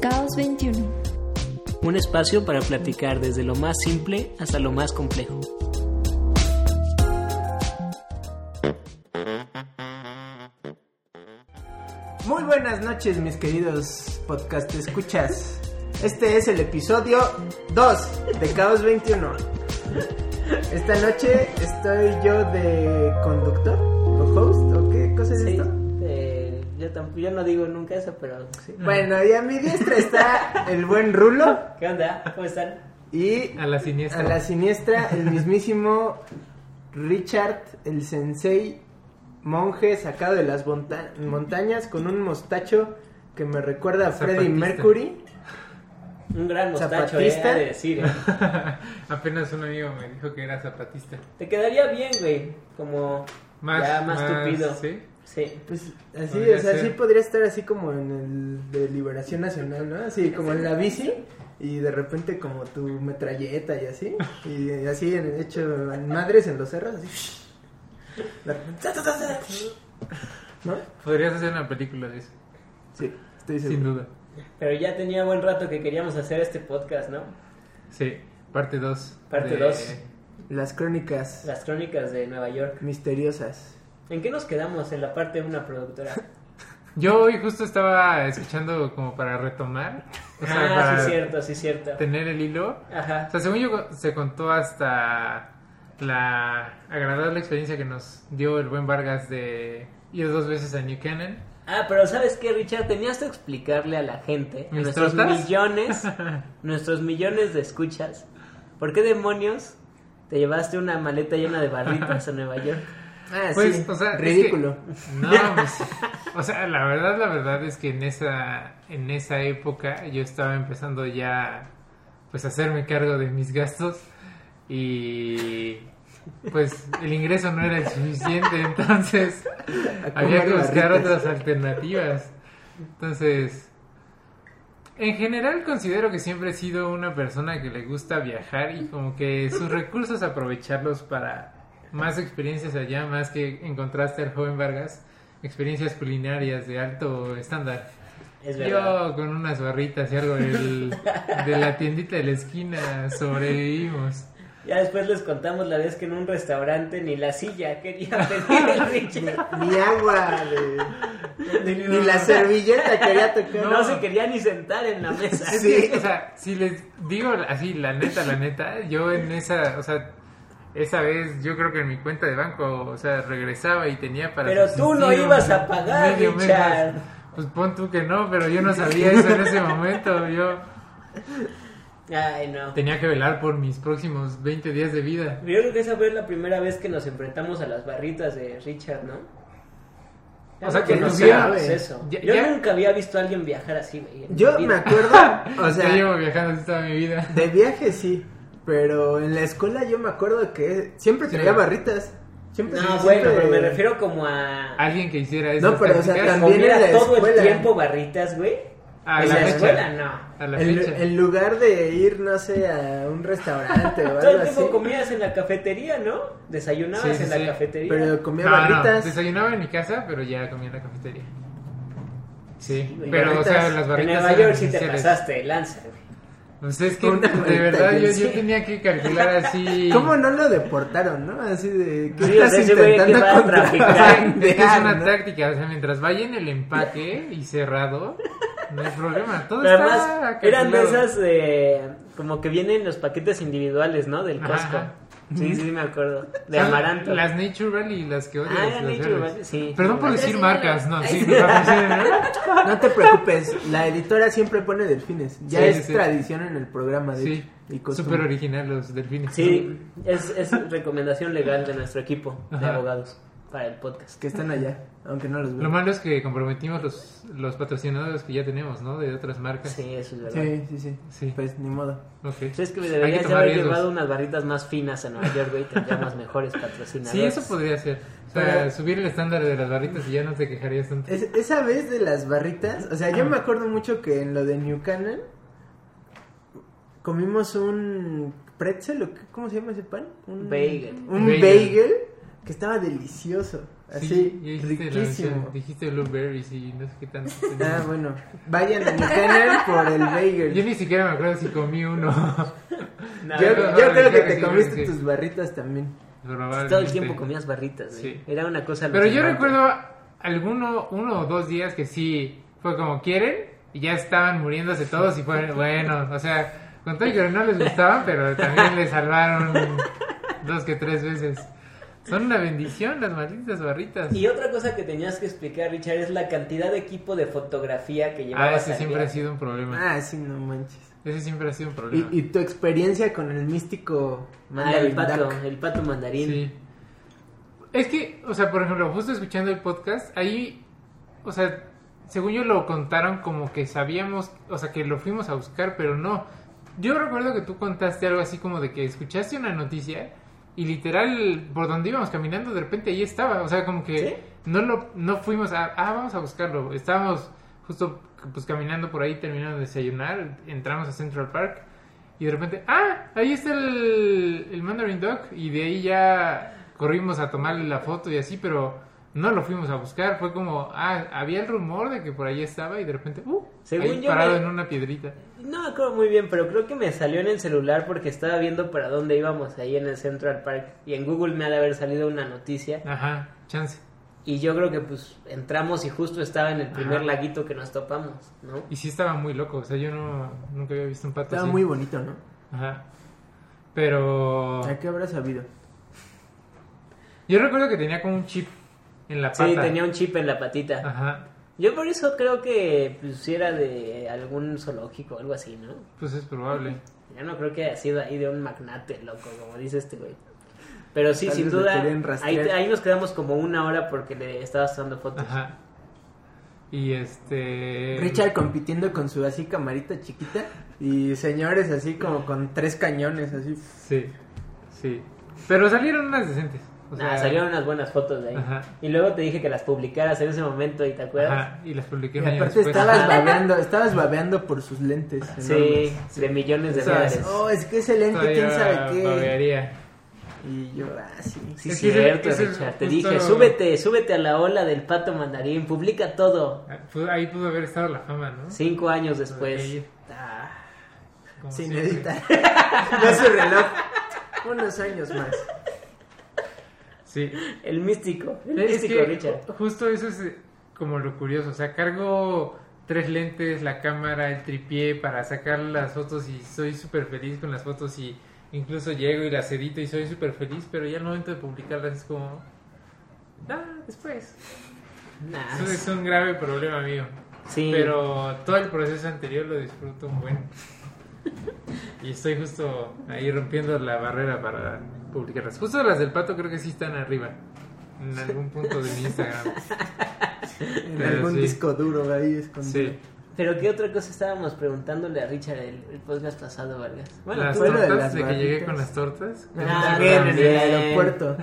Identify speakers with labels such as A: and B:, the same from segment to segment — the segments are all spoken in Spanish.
A: Caos 21.
B: Un espacio para platicar desde lo más simple hasta lo más complejo.
C: Muy buenas noches, mis queridos podcast escuchas. Este es el episodio 2 de Caos 21. Esta noche estoy yo de conductor o host o qué cosa es
D: Sí,
C: esto.
E: Ah.
D: eh, yo tampoco, yo no digo nunca eso, pero sí.
C: Bueno, y a mi diestra está el buen Rulo
D: ¿Qué onda? ¿Cómo están?
C: y
E: A la siniestra.
C: a la siniestra el mismísimo Richard, el sensei monje sacado de las monta- montañas con un mostacho que me recuerda a Freddie
E: Zapatista.
C: Mercury.
D: Un gran mostacho, eh,
C: Zapatista.
D: ha de decir. eh.
E: Apenas un amigo me dijo que era zapatista.
D: Te quedaría bien, güey, como
E: Más,
D: ya más, tupido.
E: ¿sí?
D: Sí.
C: Pues así,
E: Podría
C: o sea,
E: ser.
C: sí podría estar así como en el de Liberación Nacional, ¿no? Así como en la bici y de repente como tu metralleta y así. Y así en- hecho en madres en los cerros, así. De repente, ta, ta, ta, ta, ¿No?
E: Podrías hacer una película de eso,
C: Sí, estoy
E: sin
C: seguro.
E: duda.
D: Pero ya tenía buen rato que queríamos hacer este podcast, ¿no?
E: Sí, parte 2.
D: Parte dos.
C: Las crónicas
D: Las crónicas de Nueva York.
C: misteriosas.
D: ¿En qué nos quedamos? En la parte de una productora.
E: Yo hoy justo estaba escuchando como para retomar. O sea,
D: ah,
E: para
D: sí, cierto, sí, cierto.
E: tener el hilo.
D: Ajá.
E: O sea, según yo se contó hasta la agradable experiencia que nos dio el buen Vargas de ir dos veces a New Canaan.
D: Ah, pero ¿sabes qué, Richard? Tenías que explicarle a la gente, a
E: ¿Mis
D: nuestros
E: tortas?
D: millones, nuestros millones de escuchas, ¿por qué demonios te llevaste una maleta llena de barritas a Nueva York?
C: Ah,
E: Pues,
C: sí,
E: o sea, es que-
C: ridículo.
E: No, pues, o sea, la verdad, la verdad es que en esa, en esa época yo estaba empezando ya, pues, a hacerme cargo de mis gastos y, pues, el ingreso no era el suficiente, entonces
C: A
E: había
C: comer
E: que buscar
C: barritas.
E: otras alternativas. Entonces, en general considero que siempre he sido una persona que le gusta viajar y como que sus recursos aprovecharlos para más experiencias allá, más que en contraste al joven Vargas, experiencias culinarias de alto estándar.
D: Es verdad.
E: Yo con unas barritas y algo del- de la tiendita de la esquina sobrevivimos.
D: Ya después les contamos la vez que en un restaurante ni la silla quería pedir el Richard.
C: Ni agua, de-
D: Ni,
C: ni la servilleta quería tocar.
D: No, se quería ni sentar en la mesa.
E: Es que, o sea, si les digo así, la neta, la neta, yo en esa, o sea, esa vez yo creo que en mi cuenta de banco, o sea, regresaba y tenía para...
D: Pero tú no
E: subsistir
D: ibas
E: un
D: a pagar,
E: medio mes
D: Richard.
E: más. Pues pon tú que no, pero yo no sabía eso en ese momento, yo
D: Ay, no.
E: tenía que velar por mis próximos 20 días de vida.
D: Yo creo que esa fue la primera vez que nos enfrentamos a las barritas de Richard, ¿no?
E: O sea, que
D: no
C: nos
D: sabíamos
C: sabe.
D: eso.
E: Ya-
D: Yo
E: ya-
D: nunca había visto a alguien viajar así, güey. en
C: Yo
D: mi vida.
C: me acuerdo, o sea,
E: yo llevo viajando así toda mi vida.
C: De viaje sí, pero en la escuela yo me acuerdo que siempre
E: Sí.
C: traía barritas. Siempre,
D: No,
C: siempre-
D: bueno, pero me refiero como a...
E: Alguien que hiciera eso.
C: No, pero, o sea, también
D: comer
C: en la
D: a todo el
C: escuela.
D: tiempo barritas, güey.
E: a
D: en la
E: la
D: escuela,
E: fecha.
D: no.
E: A la
C: En,
E: fecha.
C: en lugar de ir, no sé, a un restaurante
D: Todo
C: o algo
D: el
C: así,
D: tiempo comías en la cafetería, ¿no? Desayunabas
E: Sí, sí,
D: en la
E: sí.
D: cafetería.
C: pero comía
E: No, no,
C: barritas.
E: desayunaba en mi casa, pero ya comía en la cafetería. Sí,
D: güey,
E: pero o sea,
C: barritas.
E: las
D: en
E: barritas.
D: Nueva
E: eran
D: York sí te
E: esenciales.
D: pasaste de lanza, güey.
E: Pues es que
C: Una
E: de
C: barrita
E: verdad yo,
C: llena.
E: yo tenía que calcular así.
C: ¿Cómo no lo deportaron, no? Así de que
D: Sí, o
C: estás
D: sea, ese güey que
C: intentando
D: va a traficar.
E: O sea, es que es
C: contrabandear,
E: una
C: ¿no?
E: táctica, o sea, mientras vaya en el empaque y cerrado, no hay problema. Todo
D: Pero
E: está
D: además, eran de
E: calculado.
D: esas de... Como que vienen los paquetes individuales, ¿no? Del
E: Ajá,
D: Costco.
E: ajá.
D: Sí, sí, me acuerdo. De
E: Son
D: amaranto.
E: Las Natural y las que odias.
D: Ah,
E: las
D: eran Nature
E: verdes.
D: Valley, sí.
E: Perdón por
D: Pero
E: decir
F: sí,
E: marcas,
F: sí.
E: no,
F: Ay,
E: sí,
F: sí.
E: no, sí,
C: No te preocupes, la editora siempre pone delfines. Ya
E: Sí,
C: es
E: sí, sí.
C: tradición en el programa, de
E: sí.
C: hecho, y
E: Súper
C: costumbre.
E: original los delfines.
D: Sí, es, es recomendación legal de nuestro equipo de
E: Ajá.
D: abogados para el podcast.
C: Que están allá, aunque no los
E: Lo
C: veo.
E: malo es que comprometimos los, los patrocinadores que ya tenemos, ¿no? De otras marcas.
D: Sí, eso es verdad.
C: Sí, sí, sí,
E: Sí.
C: Pues ni modo.
E: Ok.
D: Es que me
E: Hay
D: deberías de
E: que tomar
D: haber
E: riesgos.
D: llevado unas barritas más finas a Nueva York, güey, y tendríamos mejores patrocinadores.
E: Sí, eso pues, podría ser. O sea,
C: Pero-
E: subir el estándar de las barritas y ya no te quejarías tanto.
C: Es- esa vez de las barritas, o sea, yo me acuerdo mucho que en lo de New Canaan comimos un pretzel, ¿o qué- ¿cómo se llama ese pan? Un
D: Bagel.
C: Un bagel.
E: Bagel.
C: que estaba delicioso, así,
E: Sí, ya dijiste la
C: riquísimo.
E: versión, dijiste blueberries y no sé qué tanto. tenía.
C: Ah, bueno, vayan a mi canal por el bagel.
E: Yo ni siquiera me acuerdo si comí uno.
D: No,
C: yo
E: no, no,
C: yo creo
E: no, creo
C: que
E: que
C: te
E: sí,
C: comiste
E: creo que sí.
C: tus barritas también.
E: Probablemente.
D: Todo el tiempo comías barritas, güey.
E: Sí.
D: Era una cosa
E: Pero yo
D: alucinante.
E: recuerdo alguno, uno o dos días que sí fue como quieren y ya estaban muriéndose todos y fue bueno, o sea, con todo y que no les gustaban, pero también les salvaron dos que tres veces. Son una bendición las malditas barritas.
D: Y otra cosa que tenías que explicar, Richard, es la cantidad de equipo de fotografía que llevabas.
E: Ah, ese
D: al
E: siempre ha
D: viaje.
E: sido un problema.
C: Ah, sí, no manches.
E: Ese siempre ha sido un
C: Y,
E: problema.
C: y tu experiencia con el místico
D: Ah, el
C: Mandarin
D: pato,
C: Duck.
D: el pato mandarín.
E: Sí. Es que, o sea, por ejemplo, justo escuchando el podcast, ahí, o sea, según yo lo contaron como que sabíamos, o sea, que lo fuimos a buscar, pero no. Yo recuerdo que tú contaste algo así como de que escuchaste una noticia y literal, por donde íbamos caminando, de repente ahí estaba, o sea, como que
D: ¿Sí?
E: no lo, no fuimos a, ah, vamos a buscarlo. Estábamos justo, pues, caminando por ahí, terminando de desayunar, entramos a Central Park. Y de repente, ah, ahí está el, el Mandarin Dog. Y de ahí ya corrimos a tomarle la foto y así, pero no lo fuimos a buscar. Fue como, ah, había el rumor de que por ahí estaba y de repente, uh,
D: Según
E: ahí
D: yo
E: parado
D: me-
E: en una piedrita.
D: No me acuerdo muy bien, pero creo que me salió en el celular porque estaba viendo para dónde íbamos ahí en el Central Park. Y en Google me ha de haber salido una noticia.
E: Ajá, chance.
D: Y yo creo que pues entramos y justo estaba en el primer
E: Ajá.
D: laguito que nos topamos, ¿no?
E: Y sí estaba muy loco, o sea, yo no, nunca había visto un pato
C: Estaba
E: así.
C: muy bonito, ¿no?
E: Ajá. Pero
C: ¿A qué habrá sabido?
E: yo recuerdo que tenía como un chip en la pata.
D: Sí, tenía un chip en la patita.
E: Ajá.
D: Yo por eso creo que pues, sí era de algún zoológico o algo así, ¿no?
E: Pues es probable.
D: Yo no creo que haya sido ahí de un magnate, loco, como dice este güey. Pero sí,
C: Tal
D: sin
C: vez lo
D: duda,
C: querían
D: ahí,
C: rastrear.
D: ahí nos quedamos como una hora porque le estabas tomando fotos.
E: Ajá. Y este...
C: Richard compitiendo con su así camarita chiquita y señores así como con tres cañones así.
E: Sí, sí. Pero salieron unas decentes. O
D: Nah,
E: sea,
D: salieron unas buenas fotos de ahí.
E: Ajá.
D: Y luego te dije que las publicaras en ese momento y te acuerdas.
E: Ajá, y las publiqué
C: Y
E: un año
C: aparte
E: después.
C: estabas babeando, estabas babeando por sus lentes. enormes.
D: Sí, de millones de
E: Esas-
D: dólares.
C: Oh, es que ese lente,
E: Todavía
C: quién sabe qué.
E: babearía.
C: Y yo, ah, sí.
D: Sí,
E: Es que ese-
D: cierto,
E: ese es
D: Richard. Te
E: justo-
D: dije, súbete, súbete a la ola del pato mandarín, publica todo.
E: Ah, pudo- Ahí pudo haber estado la fama, ¿no?
D: Cinco años después.
E: Ahí,
C: Ah,
E: como
C: sin
E: siempre.
C: editar. no su reloj. Unos años más.
E: Sí.
D: El místico, el
E: Es
D: místico,
E: que
D: Richard.
E: justo eso es eh, como lo curioso. O sea, cargo tres lentes, la cámara, el tripié para sacar las fotos y soy súper feliz con las fotos y incluso llego y las edito y soy súper feliz, pero ya al momento de publicarlas es como... Ah, después.
D: Nah,
E: Eso es un grave problema mío.
D: sí.
E: Pero todo el proceso anterior lo disfruto un buen. Y estoy justo ahí rompiendo la barrera para publicarlas. Justo las del pato creo que sí están arriba. En algún punto de mi Instagram.
C: En
E: Pero
C: algún
E: sí.
C: disco duro ahí escondido.
E: Sí.
D: Pero qué otra cosa estábamos preguntándole a Richard el, el podcast pasado, Vargas. Bueno,
E: las
C: tú- Bueno, de
E: tortas,
C: las
E: de que llegué
C: barritas.
E: con las tortas.
D: Ah,
E: Tenía
C: También en el
D: también.
C: aeropuerto.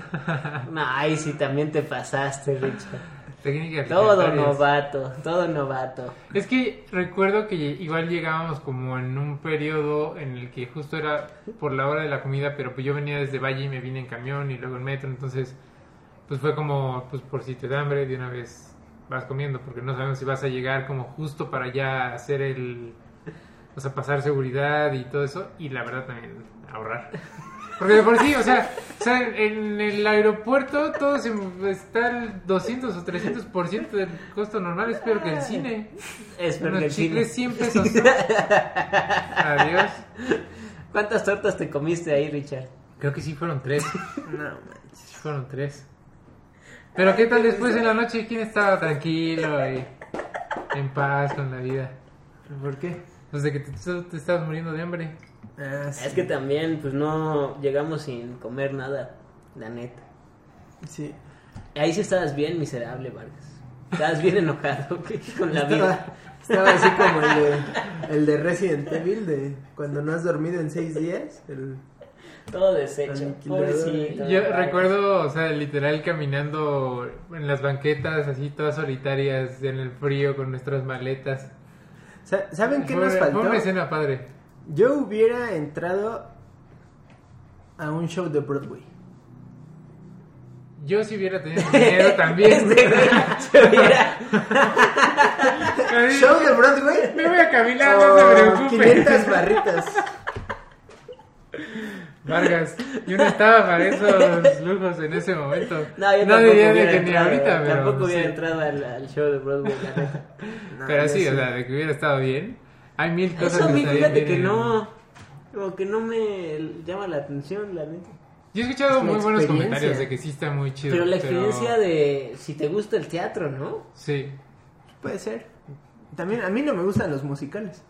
D: no, ay, sí, también te pasaste, Richard.
E: técnicas
D: Todo
E: legendarias.
D: novato, todo novato.
E: Es que recuerdo que igual llegábamos como en un periodo en el que justo era por la hora de la comida, pero pues yo venía desde Valle y me vine en camión y luego en metro, entonces pues fue como, pues por si te da hambre de una vez vas comiendo, porque no sabemos si vas a llegar como justo para allá hacer el, o sea, pasar seguridad y todo eso, y la verdad también ahorrar. Porque de por sí, o sea, o sea, en el aeropuerto todo se está el 200 o 300% del costo normal, es peor que el cine.
D: Es
E: Unos
D: perfecto.
E: chicles 100 pesos. Adiós.
D: ¿Cuántas tortas te comiste ahí, Richard?
E: Creo que sí fueron tres.
C: No, manches.
E: Sí fueron tres. Pero qué tal después en la noche, quién estaba tranquilo y en paz con la vida.
C: ¿Por qué?
E: Pues de que te, tú te estabas muriendo de hambre.
C: Ah, sí.
D: Es que también, pues no llegamos sin comer nada, la neta.
C: sí.
D: Ahí sí estabas bien miserable, Vargas. Estabas bien enojado güey, con la vida.
C: Estaba, estaba así como el de, el de Resident Evil, de cuando no has dormido en seis días. el-
D: Todo deshecho.
C: Aniquilador.
D: Pobrecito.
E: Yo
D: Vargas.
E: recuerdo, o sea, literal caminando en las banquetas, así todas solitarias, en el frío, con nuestras maletas.
C: Sa- ¿Saben qué
E: Fue-
C: nos faltó?
E: Fue una escena padre.
C: Yo hubiera entrado a un show de Broadway.
E: Yo si hubiera tenido dinero también.
D: Este güey se hubiera-
E: Así,
C: Show de Broadway.
E: Me voy a caminar,
C: o
D: Oh,
E: no se preocupe.
C: 500 barritas.
E: Vargas, yo no estaba para esos lujos en ese momento.
D: No, yo
E: no
D: tampoco
E: diría de
D: hubiera
E: que ni
D: entrado,
E: ahorita, pero.
D: Tampoco
E: sí.
D: hubiera entrado al, al show de Broadway, la neta.
C: No,
E: Pero
C: yo
E: sí, o sea, de que hubiera estado bien. Hay mil cosas
D: Eso a
E: que
D: mí,
E: estarían
D: fíjate
E: bien
D: que
E: en-
D: no. Como que no me llama la atención, la neta.
E: Yo he escuchado
C: Es una
E: muy buenos
C: experiencia.
E: comentarios de que sí está muy chido.
D: Pero la experiencia de si te gusta el teatro, ¿no?
E: Sí.
C: Puede ser. También a mí no me gustan los musicales.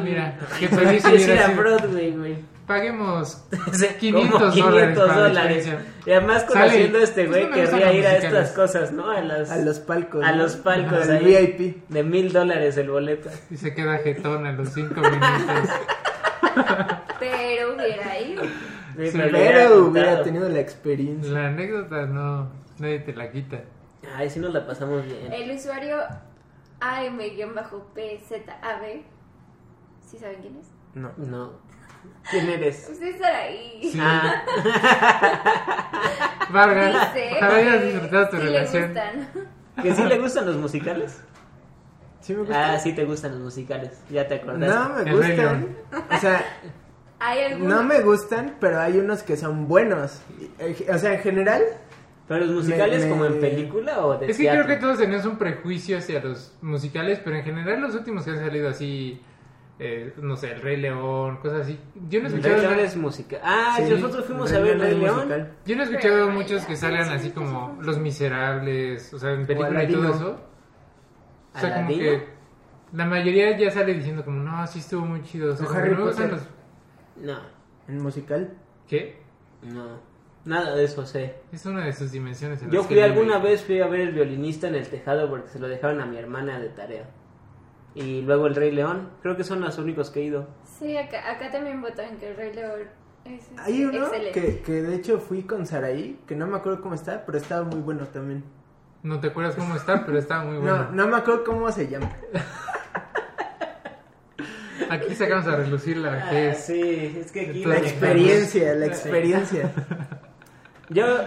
E: mira, qué
D: Es
E: feliz
D: ir
E: hubiera
D: a
E: sido.
D: Broadway, güey.
E: Paguemos
D: O sea,
E: 500
D: como
E: dólares para la experiencia.
D: Y además
E: Sale.
D: conociendo a este
E: Pues
D: güey,
E: no me gustan
D: querría
E: los
D: ir a
E: musicales.
D: estas cosas, ¿no? A las,
C: A los palcos.
D: a
C: ¿no?
D: los palcos
C: Al
D: ahí.
C: VIP.
D: De mil dólares el boleto.
E: y se queda jetón a los 5 minutos.
A: Pero hubiera ido.
D: Sí,
E: Sí,
D: me lo hubiera
C: Pero hubiera
D: contado.
C: tenido la experiencia.
E: La anécdota no, nadie te la quita.
D: Ay, sí nos la pasamos bien.
A: El usuario AM-PZAB. ¿Sí saben quién es?
C: No.
D: No. ¿Quién eres?
A: Ustedes están ahí.
E: Sí.
D: Ah,
E: Vargas,
A: Dice
E: ojalá hayas
A: que
E: disfrutado tu
A: sí le
E: relación.
A: gustan.
D: ¿que sí le gustan los musicales?
C: ¿Sí me gusta?
D: Ah, sí te gustan los musicales. Ya te acordaste.
C: no me
E: El
C: gustan. O sea,
A: Hay algunos.
C: no me gustan, pero hay unos que son buenos. Y, eh, O sea, en general,
D: Pero los musicales
C: Me- me-
D: como en película o de
E: Es que
D: teatro.
E: creo que todos tenemos un prejuicio hacia los musicales, pero en general los últimos que han salido así, eh, no sé, El Rey León, cosas así. Yo no he
D: El
E: escuchado,
D: Rey León es musical. Ah,
C: sí,
D: nosotros fuimos a
C: Rey
D: ver El Rey
C: es
D: León.
C: musical.
E: yo no he escuchado
A: Pero,
E: muchos que
A: ya,
E: salgan
A: sí,
E: así
A: sí,
E: como
A: sí.
E: Los Miserables, o sea, en película y
C: Aladino.
E: todo eso. O sea, como
D: Aladino.
E: que la mayoría ya sale diciendo como, no, sí estuvo muy chido. O sea,
C: O
E: como que
C: Harry
E: no me gustan
C: Potter.
E: los-
D: No,
C: En musical.
E: ¿Qué?
D: no. Nada de eso sé.
E: Es una de sus dimensiones. en
D: Yo
E: las que
D: fui
E: vive.
D: alguna vez, fui a ver el violinista en el tejado porque se lo dejaron a mi hermana de tarea. Y luego el Rey León. Creo que son los únicos que he ido.
A: Sí, acá, acá también votan que el Rey León es
C: Hay uno
A: excelente.
C: que, que de hecho fui con Saraí, que no me acuerdo cómo está, pero estaba muy bueno también.
E: No te acuerdas cómo está, pero estaba muy
C: No,
E: bueno.
C: no me acuerdo cómo se llama.
E: Aquí sacamos a relucir la vejez.
D: Ah, sí, es que aquí
E: La
C: La
E: Claro.
C: experiencia, la experiencia.
D: Yo,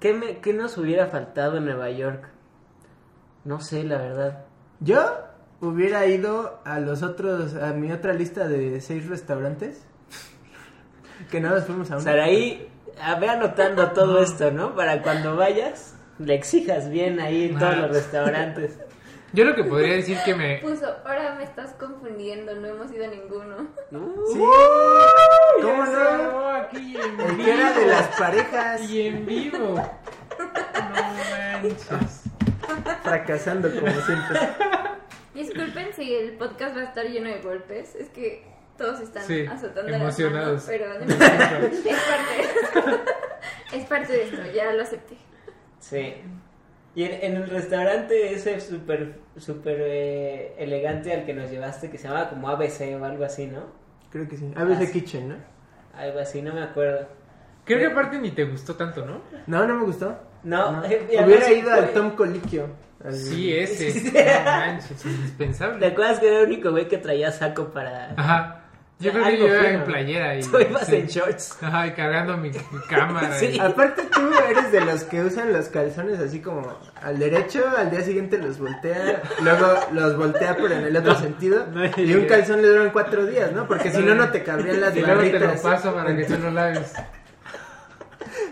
D: ¿qué, me, ¿qué nos hubiera faltado en Nueva York? No sé, la verdad.
C: Yo hubiera ido a los otros, a mi otra lista de seis restaurantes. Que no los fuimos a uno.
D: Saraí, a- ve anotando todo esto, ¿no? Para cuando vayas, le exijas bien ahí en todos
E: Ah.
D: los restaurantes.
E: Yo lo que podría decir que me...
A: Puso, ahora me estás confundiendo, no hemos ido a ninguno.
C: Sí. ¿Cómo
E: Ya
C: no?
E: sonó Aquí en
C: El
E: vivo.
C: que era de las parejas
E: Y en vivo. No manches.
C: fracasando como siempre.
A: Disculpen si el podcast va a estar lleno de golpes, es que todos están
E: Sí,
A: azotando
E: emocionados.
A: las manos, pero no importa, es parte, es parte de esto, ya lo acepté.
D: Sí. Y en, en el restaurante ese súper super, eh, elegante al que nos llevaste, que se llamaba como ABC o algo así, ¿no?
C: Creo que sí. A veces Kitchen, ¿no?
D: Algo así, no me acuerdo.
E: Creo que aparte ni te gustó tanto, ¿no?
C: No, no me gustó.
D: No,
C: No.
D: eh, y además
C: Hubiera ido
D: fue-
C: al Tom Coliquio. al-
E: Sí, ese. No manches,
D: ¿Te
E: indispensable.
D: acuerdas que era el único güey que traía saco para...
E: Ajá. Yo
D: O sea,
E: creo que
D: algo
E: yo iba
D: fino,
E: en
D: ¿no?
E: playera y...
D: Tú ibas
E: sí.
D: en shorts.
E: Ajá, y cargando mi, mi cámara.
D: Sí.
E: y-
C: Aparte tú eres de los que usan los calzones así como al derecho, al día siguiente los voltea, luego los voltea pero en el otro sentido.
E: no,
C: y un calzón le duran cuatro días, ¿no? Porque si no, no te cabrían las
E: y luego te lo
C: barritas.
E: paso para que tú lo laves.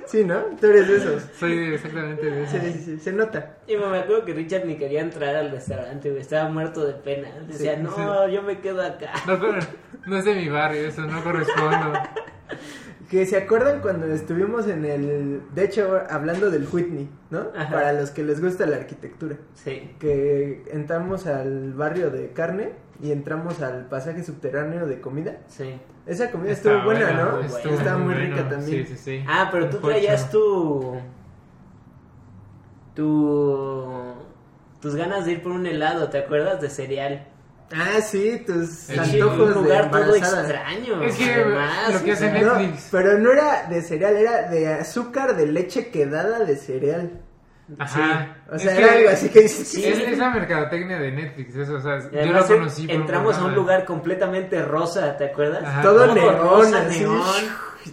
C: Sí, ¿no? Tú eres de esos.
E: Soy de- exactamente de
C: Sí,
E: ese.
C: sí, sí, se nota.
D: Y me acuerdo que Richard ni quería entrar al restaurante, güey. Estaba muerto de pena. Decía,
C: Sí,
D: no, yo me quedo acá.
E: No, cor- no es de mi barrio, eso no correspondo.
C: Que se acuerdan cuando estuvimos en el, de hecho, hablando del Whitney, ¿no?
D: Ajá.
C: Para los que les gusta la arquitectura.
D: Sí.
C: Que entramos al barrio de carne y entramos al pasaje subterráneo de comida.
D: Sí.
C: Esa comida estuvo buena, ¿no?
D: pues.
E: Estuvo
C: Estaba muy
E: bueno,
C: rica también.
E: Sí, sí, sí.
D: Ah, pero
E: Un
D: tú
E: coche.
D: traías tu... Tu... Tus ganas de ir por un helado, ¿te acuerdas? De cereal.
C: Ah, sí, tus
E: El
C: antojos
D: Un
C: de
D: lugar todo
C: embarazada.
D: extraño.
E: Es que
D: además,
E: lo que
D: o
E: hacen
D: sea,
E: es-
C: No,
E: Netflix.
C: pero no era de cereal, era de azúcar de leche quedada de cereal.
E: Ajá.
C: O
E: Es
C: sea,
E: que-
C: era algo así que dices,
D: Sí.
E: Es, es la mercadotecnia de Netflix, eso, o sea,
D: y
E: yo lo
D: además en-
E: conocí. por
D: entramos a un
E: programa.
D: lugar completamente rosa, ¿te acuerdas?
E: Ajá.
C: todo
D: Todo
C: neón,
D: Ah, rosa,
C: así.
D: neón,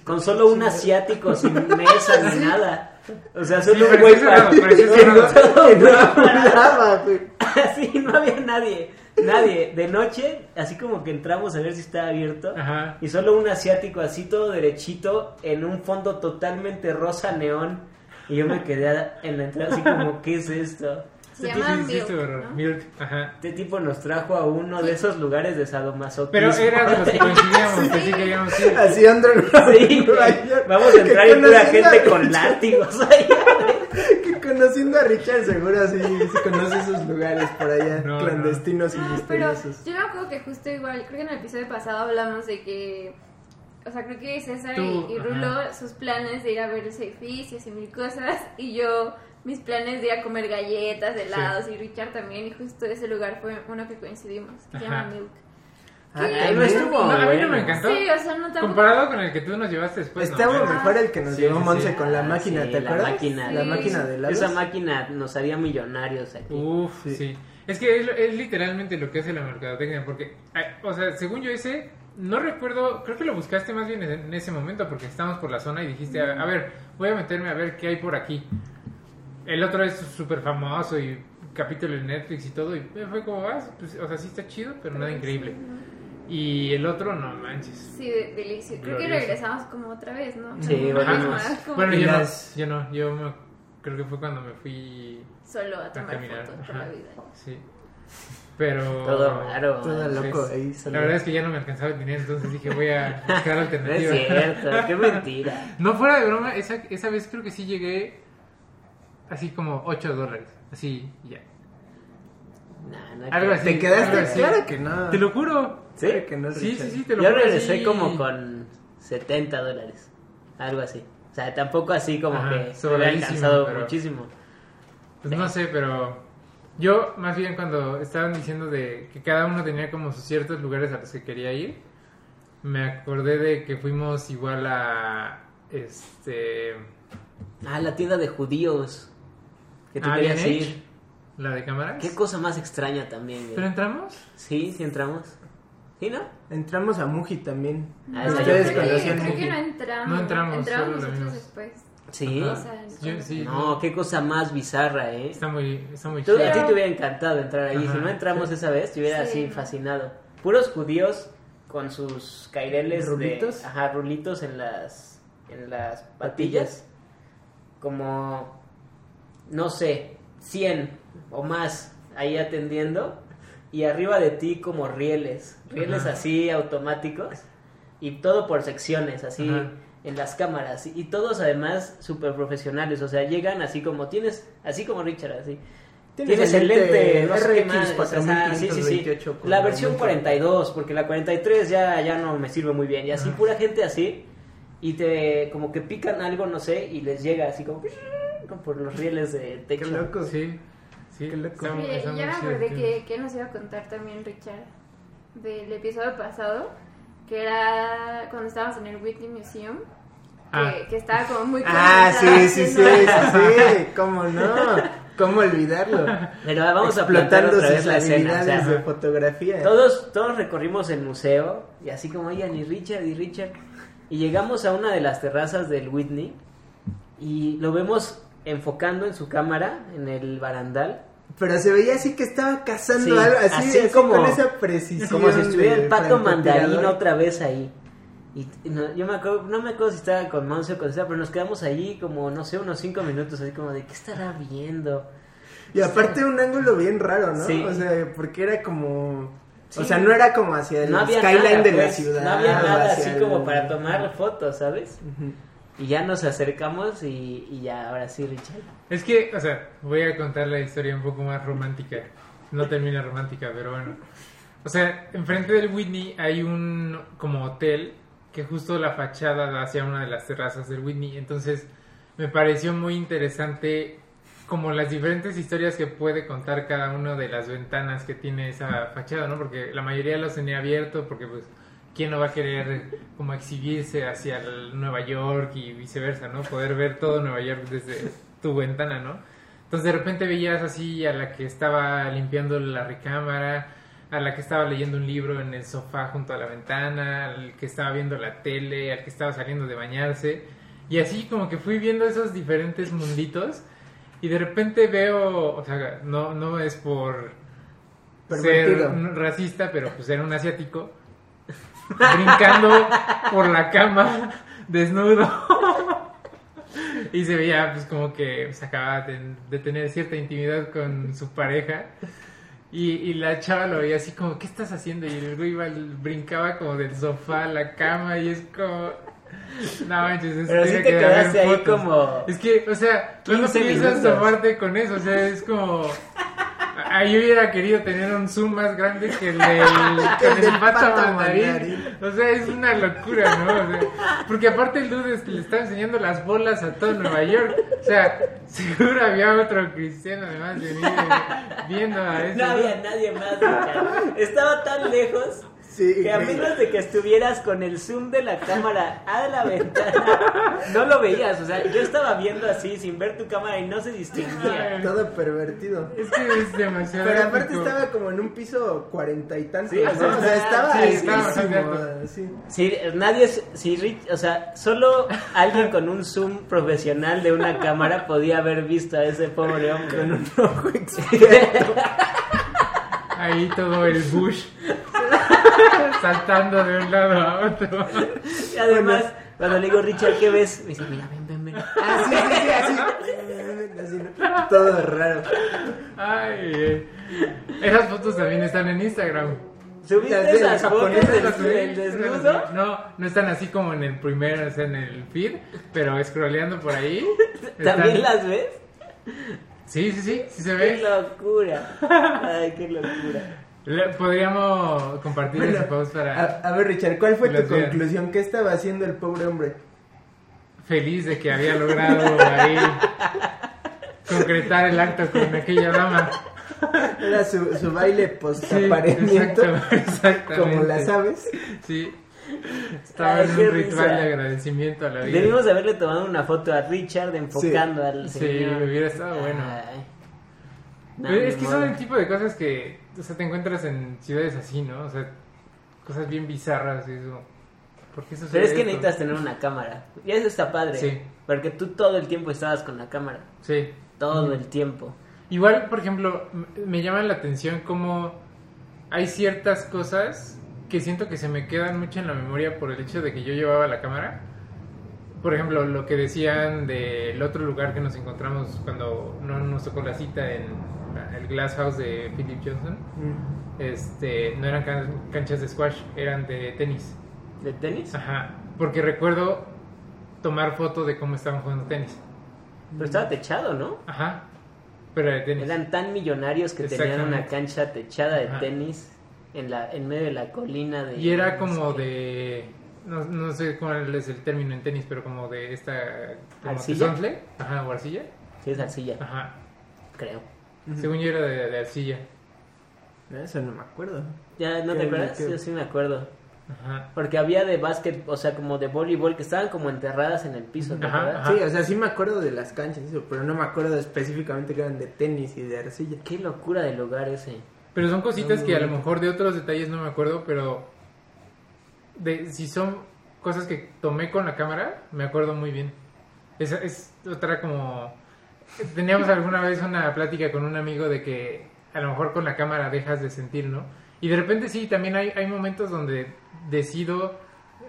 D: con solo un asiático sin mesa ni nada. O sea, solo
E: Sí,
D: un güey
E: parecía cerrado, parecía cerrado.
D: para...
C: No, lava, güey.
D: Así no había nadie, nadie. De noche, así como que entramos a ver si estaba abierto.
E: Ajá.
D: Y solo un asiático así todo derechito en un fondo totalmente rosa neón. Y yo me quedé en la entrada así como, ¿qué es esto?
A: Se
E: Tú sí
A: llama
E: hiciste
A: Milk,
E: horror.
A: ¿no?
E: Milk, ajá.
D: Este tipo nos trajo a uno de esos lugares de sadomasoquismo.
E: Pero era de los que coincidíamos, que sí queríamos ir.
C: Así underground.
D: Sí,
C: Nueva York.
D: vamos a entrar
C: Que
D: y pura
C: conociendo
D: gente
C: a
D: con
C: Richard-
D: látigos ahí.
C: que conociendo a Richard, seguro sí, sí conoce esos lugares por allá,
E: No, no.
C: clandestinos y
A: No, Ah, pero
C: misteriosos.
A: yo me acuerdo que justo igual, creo que en el episodio pasado hablamos de que, o sea, creo que César
E: Tú,
A: y, y
E: ajá.
A: Rulo, sus planes de ir a ver los edificios y mil cosas, y yo, mis planes de ir a comer galletas, helados, y Richard también, y justo ese lugar fue uno que coincidimos, que se llama
E: Ajá.
A: Milk.
C: Ah,
A: ¿Qué?
D: Ahí no estuvo.
E: No, a mí no
D: bueno.
E: me encantó.
A: Sí, o sea, no tampoco...
E: Comparado con el que tú nos llevaste después. Pues no,
C: Estaba
E: pero-
C: mejor el que nos
E: Sí,
C: llevó
E: sí,
C: Monse
E: sí.
C: con la máquina,
D: Ah, Sí,
C: ¿te acuerdas?
D: La máquina,
C: La
A: Sí.
C: máquina de helados.
D: Esa máquina nos haría millonarios aquí.
E: Uf,
C: Sí.
E: sí. Es que es, lo- es literalmente lo que hace la mercadotecnia, porque, ay, o sea, según yo ese, no recuerdo, creo que lo buscaste más bien en, en ese momento, porque estábamos por la zona y dijiste, a, a ver, voy a meterme a ver qué hay por aquí. El otro es súper famoso y capítulo en Netflix y todo, y fue como, vas, pues, o sea, sí está chido, pero nada increíble. Y el otro, no manches.
A: Sí, de- delicioso. Creo que
E: Glorioso.
A: regresamos como otra vez, ¿no?
D: Sí,
A: Como
E: Ajá.
D: volvimos.
A: más como
E: Bueno,
C: Y
E: yo no,
C: las-
E: yo no, yo me- creo que fue cuando me fui
A: solo a
E: a
A: tomar
E: caminar.
A: fotos por la
E: ajá,
A: vida. Ah,
E: Sí. Pero...
D: Todo raro.
C: Todo
E: Sí.
C: loco ahí solo.
E: La verdad es que ya no me alcanzaba el dinero, entonces dije voy a buscar
D: No es
E: alternativas.
D: cierto, qué mentira.
E: No fuera de broma, esa, esa vez creo que sí llegué así como 8 dólares. Así, ya.
D: Nah, no
E: Algo
D: creo.
E: así.
C: ¿Te quedaste?
E: algo así.
C: Este, Claro que no.
E: Te lo juro.
D: ¿Sí?
C: Claro que no,
E: Sí, sí,
C: Richard.
E: sí, te lo
D: Yo
E: juro.
D: regresé
E: así.
D: como con 70 dólares, algo así. O sea, tampoco así como
E: Ajá,
D: que se hubiera
E: sobradísimo,
D: alcanzado
E: pero-
D: muchísimo.
E: Pues no sé, pero yo más bien cuando estaban diciendo de que cada uno tenía como sus ciertos lugares a los que quería ir, me acordé de que fuimos igual a este
D: Ah, la tienda de judíos. Que tú
E: Ah,
D: querías
E: ¿bien
D: ir.
E: la de cámaras.
D: Qué cosa más extraña también, güey.
E: pero entramos.
D: Sí, sí entramos. ¿Sí, no?
C: Entramos a Muji también.
D: Ah,
A: No,
D: esa
C: Ustedes
A: yo creo, que,
C: conocían
A: creo que
C: Muji.
A: no entramos.
E: No entramos,
A: Entramos
E: solo la
A: nosotros
E: vimos.
A: después.
D: Sí.
A: O sea,
E: Yo sí.
D: No, qué cosa más bizarra, ¿eh?
E: Está muy, está muy
D: Tú-
E: chido.
D: a ti te hubiera encantado entrar ahí.
E: Ajá.
D: si no entramos esa vez, te hubiera
A: Sí,
D: así
A: no.
D: fascinado. Puros judíos con sus caireles de-
C: ¿Rulitos?
D: ajá, rulitos en las, en las patillas. Como, no sé, 100 o más ahí atendiendo. Y arriba de ti como rieles. Rieles
E: Ajá.
D: así automáticos. Y todo por secciones, así
E: Ajá.
D: en las cámaras. Y todos además súper profesionales. O sea, llegan así como tienes, así como Richard, así. Tienes el lente no sé qué
C: RX
D: madres, ajá, sí, sí, sí.
C: 4528 con
D: La versión
C: aumento.
D: 42, porque la 43 ya, ya no me sirve muy bien. Y
C: Ah.
D: así, pura gente así. Y te, como que pican algo, no sé, y les llega así como, como por los rieles de
C: Qué
D: techo.
C: loco.
E: Sí, sí.
C: Qué loco.
E: está muy-
A: Oye,
E: está muy
A: ya me
E: chido,
A: acordé
E: sí.
A: que, que nos iba a contar también Richard del episodio pasado, que era cuando estábamos en el Whitney Museum, que,
E: Ah.
A: que estaba como muy
C: Ah, sí,
A: concentrada
C: sí, sí, sí,
A: haciendo-
C: sí, cómo no, cómo olvidarlo.
D: Pero vamos a plantar
C: Explotando
D: otra vez
C: sus
D: la escena. o
C: habilidades
D: sea,
C: de fotografía.
D: Todos, todos recorrimos el museo y así como, oigan, y Richard, y Richard. Y llegamos a una de las terrazas del Whitney y lo vemos enfocando en su cámara, en el barandal.
C: Pero se veía así que estaba cazando
D: Sí,
C: algo, así,
D: así
C: así
D: como-
C: con esa precisión.
D: Como si estuviera
C: de
D: el pato
C: francotirador.
D: mandarín otra vez ahí. Y y no, yo me acuerdo, no me acuerdo si estaba con Monse o con César, pero nos quedamos ahí como, no sé, unos cinco minutos, así como de, ¿qué estará viendo?
C: Y aparte un ángulo bien raro, ¿no?
D: Sí.
C: O sea, porque era como... O
D: Sí.
C: sea, no era como hacia el
D: No había
C: skyline
D: nada,
C: de la
D: pues,
C: ciudad.
D: No había nada
C: hacia
D: así como
C: el-
D: para tomar fotos, ¿sabes?
C: Ujú.
D: Y ya nos acercamos y, y ya, ahora sí, Richard.
E: Es que, o sea, voy a contar la historia un poco más romántica. No termina romántica, pero bueno. O sea, enfrente del Whitney hay un como hotel que justo la fachada da hacia una de las terrazas del Whitney. Entonces, me pareció muy interesante como las diferentes historias que puede contar cada una de las ventanas que tiene esa fachada, ¿no? Porque la mayoría los tenía abierto porque pues quién no va a querer como exhibirse hacia el Nueva York y viceversa, ¿no? Poder ver todo Nueva York desde tu ventana, ¿no? Entonces de repente veías así a la que estaba limpiando la recámara, a la que estaba leyendo un libro en el sofá junto a la ventana, al que estaba viendo la tele, al que estaba saliendo de bañarse. Y así como que fui viendo esos diferentes munditos y de repente veo, o sea, no, no es por ser
C: Pervertido.
E: un racista, pero pues era un asiático brincando por la cama desnudo. Y se veía pues como que pues, acababa de, de tener cierta intimidad con su pareja. Y, y la chava lo veía así como, ¿qué estás haciendo? Y el güey iba- brincaba como del sofá a la cama y es como... No manches, es
D: Pero
E: tiene
D: sí te
E: que haber
D: quedaste ahí
E: fotos".
D: como...
E: Es que, o sea, tú no
D: 15
E: piensas
D: minutos.
E: tomarte con eso, o sea, es como... Ahí Ah, hubiera querido tener un zoom más grande que el del, que el del
C: del
E: pato
C: pato
E: mandarín.
C: mandarín.
E: O sea, es una locura, ¿no? O sea, porque aparte el dude es- le está enseñando las bolas a todo Nueva York. O sea, seguro había otro cristiano además de mí eh, viendo a ese
D: No había
E: dude.
D: nadie más. Richard. Estaba tan lejos
C: Sí,
D: que a
C: güey.
D: menos de que estuvieras con el zoom de la cámara a la ventana, no lo veías. O sea, yo estaba viendo así sin ver tu cámara y no se distinguía.
C: Todo pervertido.
E: Es que es demasiado.
C: Pero aparte
E: épico.
C: estaba como en un piso cuarenta y tantos.
D: Sí,
C: ¿no?
D: o sea,
C: o sea, estaba
E: sí, estaba
C: altísimo,
E: bastante
C: así.
D: Si nadie, es- si Rich, o sea, solo alguien con un zoom profesional de una cámara podía haber visto a ese pobre hombre con un ojo experto.
E: Ahí todo el bush saltando de un lado a otro.
D: Y además, cuando le digo, Richard, ¿qué ves? Me dice, mira, ven, ven, ven.
C: Ah, sí, sí, sí, así. Así, ¿no? Todo raro.
E: Ay, eh. esas fotos también están en Instagram.
C: Las
D: ¿Subiste
C: de
D: esas
C: los
D: fotos
C: japoneses,
D: del-
E: Las subí,
D: del desnudo?
E: No, no están así como en el primer, o sea, en el feed, pero scrolleando por ahí.
D: ¿También
E: están-
D: las ves?
E: Sí, sí, sí, sí se
D: ¡Qué
E: ve.
D: locura! ¡Ay, qué locura!
E: Le- podríamos compartir
C: Bueno,
E: ese post
C: A,
D: ah.
E: para
C: a ver, Richard, ¿cuál fue
E: Las
C: tu
E: vean.
C: conclusión? ¿Qué estaba haciendo el pobre hombre?
E: feliz de que había logrado ahí concretar el acto con aquella dama.
C: Era su, su baile
E: Sí,
C: post-apareamiento,
E: exacto, exactamente.
C: como las aves.
E: Sí. Estaba
D: Ay,
E: en
D: qué
E: un ritual
D: risa.
E: de agradecimiento a la vida.
D: Debimos de haberle tomado una foto a Richard enfocando al
E: Sí,
D: señor.
E: hubiera estado bueno.
D: Ay. No,
E: Pero
D: ni
E: es que
D: modo.
E: son el tipo de cosas que, o sea, te encuentras en ciudades así, ¿no? O sea, cosas bien bizarras y eso. ¿Por qué sucede
D: Pero es que
E: esto?
D: necesitas tener una cámara. Y eso está padre.
E: Sí.
D: Porque tú todo el tiempo estabas con la cámara.
E: Sí.
D: Todo el tiempo.
E: Igual, por ejemplo, m- me llama la atención cómo hay ciertas cosas que siento que se me quedan mucho en la memoria por el hecho de que yo llevaba la cámara. Por ejemplo, lo que decían del otro lugar que nos encontramos cuando no nos tocó la cita en la- el Glass House de Philip Johnson.
C: Mm.
E: Este, no eran can- canchas de squash, eran de tenis.
D: ¿De tenis?
E: Ajá, porque recuerdo tomar foto de cómo estaban jugando tenis.
D: Pero estaba techado, ¿no?
E: Ajá, pero de tenis.
D: Eran tan millonarios que tenían una
E: Exactamente.
D: cancha techada de
E: Ajá.
D: tenis en, la, en medio de la colina de...
E: Y era como de. No, no sé cuál es el término en tenis, pero como de esta. Como
D: ¿Arcilla?
E: tesontle. Ajá, o arcilla.
D: Sí, es arcilla,
E: Ajá.
D: creo.
E: Según yo era de, de arcilla.
C: Eso no me acuerdo.
D: ¿Ya no te
C: Qué
D: acuerdas?
C: bonito.
D: Yo sí me acuerdo.
E: Ajá.
D: Porque había de básquet, o sea, como de voleibol, que estaban como enterradas en el piso, ¿te
E: Ajá,
D: acuerdas?
E: ajá.
C: Sí, o sea, sí me acuerdo de las canchas, eso, pero no me acuerdo específicamente que eran de tenis y de arcilla.
D: Qué locura del lugar ese.
E: Pero son cositas
C: Muy
E: que a lo
C: bonito.
E: mejor de otros detalles no me acuerdo, pero. De, si son cosas que tomé con la cámara, me acuerdo muy bien. Esa es otra como. Teníamos alguna vez una plática con un amigo de que a lo mejor con la cámara dejas de sentir, ¿no? Y de repente sí, también hay, hay momentos donde decido,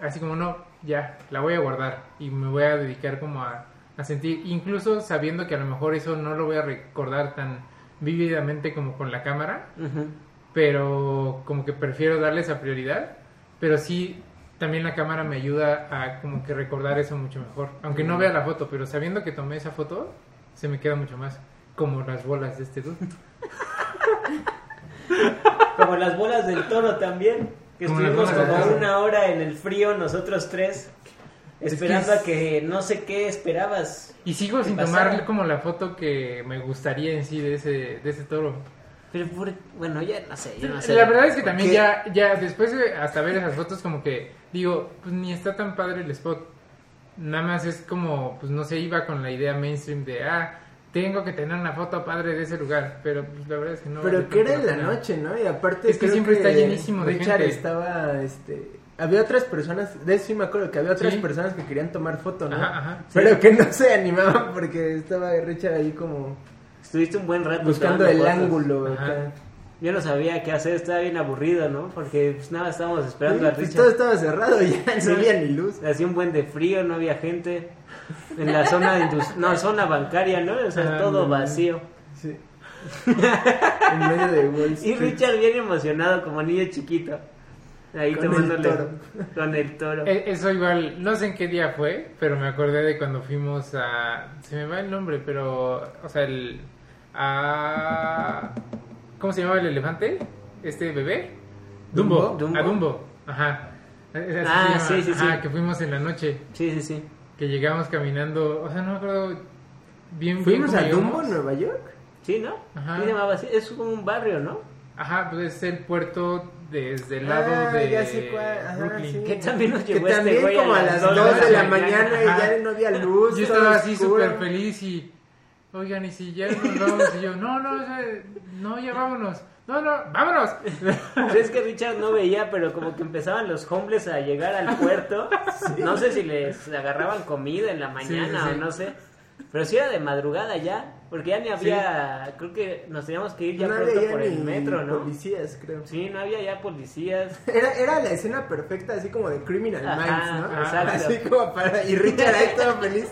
E: así como no, ya, la voy a guardar y me voy a dedicar como a, a sentir, incluso sabiendo que a lo mejor eso no lo voy a recordar tan vívidamente como con la cámara,
D: Ujú.
E: pero como que prefiero darle esa prioridad, pero sí también la cámara me ayuda a como que recordar eso mucho mejor, aunque no vea la foto, pero sabiendo que tomé esa foto se me queda mucho más como las bolas de este dude.
D: Como las bolas del toro también. Que
E: Como las
D: estuvimos
E: bolas del
D: como
E: toro.
D: una hora en el frío nosotros tres.
E: Es que
D: Esperando
E: es-
D: a que no sé qué esperabas.
E: Y sigo sin
D: pasara.
E: tomar como la foto que me gustaría en sí de ese, de ese toro.
D: Pero por- bueno, ya no sé, yo no sé.
E: La verdad es que también
C: qué?
E: ya, ya después de hasta ver esas fotos como que digo, pues ni está tan padre el spot. Nada más es como, pues no se iba con la idea mainstream de, ah, tengo que tener una foto padre de ese lugar. Pero pues la verdad es que no.
C: Pero
E: vale
C: que era
E: tanto
C: en la
E: pena.
C: noche, ¿no? Y aparte
E: Es que
C: creo
E: siempre está llenísimo de
C: Richard
E: gente.
C: estaba este había otras personas, de eso sí me acuerdo que había otras
E: Sí.
C: personas que querían tomar foto, ¿no?
E: Ajá, ajá.
C: Pero que no se animaban porque estaba Richard ahí como
D: Estuviste un buen rato
C: buscando
D: tomando
C: el
D: fotos.
C: ángulo.
E: Ajá.
C: acá.
D: Yo no sabía qué hacer, estaba bien aburrido, ¿no? Porque pues nada, estábamos
C: Sí,
D: esperando a
C: pues todo
D: Richard.
C: estaba cerrado ya,
D: Sí.
C: no había ni luz.
D: Hacía un buen de frío, no había gente. En la zona indus- no, zona bancaria, ¿no? O sea,
E: Ah,
D: todo
E: no.
D: vacío.
C: Sí. en medio de Wall
D: Y
C: Street.
D: Richard bien emocionado como niño chiquito. Ahí
C: Con el
D: tomándole
C: toro. Eh.
D: con el toro.
E: E- Eso igual, no sé en qué día fue, pero me acordé de cuando fuimos a. Se me va el nombre, pero. O sea, el. A. ¿Cómo se llamaba el elefante? ¿Este bebé? Dumbo.
D: Dumbo.
E: A Dumbo. Ajá. Eh, Así se
D: Ah,
E: llama.
D: sí, sí, sí.
E: Ajá, que fuimos en la noche.
D: Sí, sí, sí.
E: Que llegamos caminando. O sea, no me acuerdo bien. bien
C: ¿Fuimos
E: cómo
C: a Dumbo,
E: llegamos.
C: Nueva York?
D: Sí, ¿no?
E: Ajá.
D: Sí, llamaba así. Es como un barrio, ¿no?
E: Ajá, pues es el puerto desde el lado
C: Ah,
E: de.
C: ya sé cuál, ajá,
E: Brooklyn.
C: sí.
D: Que también nos
C: Que
D: llegó este
C: también
D: güey a
C: como a
D: las
C: las
D: dos
C: 2
E: de
C: de
E: la
C: la
E: mañana,
C: mañana
E: ajá.
C: y ya no había luz.
E: Yo
C: todo
E: estaba así
C: oscuro.
E: súper feliz y. Oigan, y si ya nos vamos. Y yo, no, no, o sea, no, ya vámonos. No, no, vámonos.
D: Es que Richard no veía, pero como que empezaban los homeless a llegar al puerto. No sé si les agarraban comida en la mañana
E: Sí, sí, sí.
D: o no sé. Pero sí era de madrugada ya, porque ya ni había, creo que nos teníamos que ir ya
C: no
D: pronto
C: había ya
D: por
C: ni
D: el metro, ¿no?
C: policías, creo.
D: Sí, no había ya policías.
C: Era, era la escena perfecta, así como de Criminal
D: Ajá,
C: Minds, ¿no?
D: exacto.
C: Así como para... Y Richard ahí todo feliz.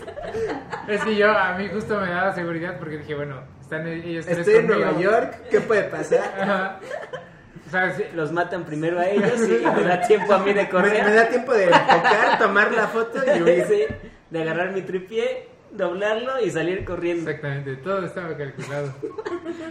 E: Es que yo, a mí justo me daba seguridad porque dije, bueno, están e-, ellos tres
C: Estoy en
E: conmigo.
C: Nueva York, ¿qué puede pasar?
E: Ajá. O sea, sí,
D: Los matan primero a ellos y me da tiempo a mí de
C: Me,
D: correr.
C: me da tiempo de enfocar, tomar la foto y huir.
D: Sí, de agarrar mi tripié, doblarlo y salir corriendo.
E: exactamente, todo estaba calculado.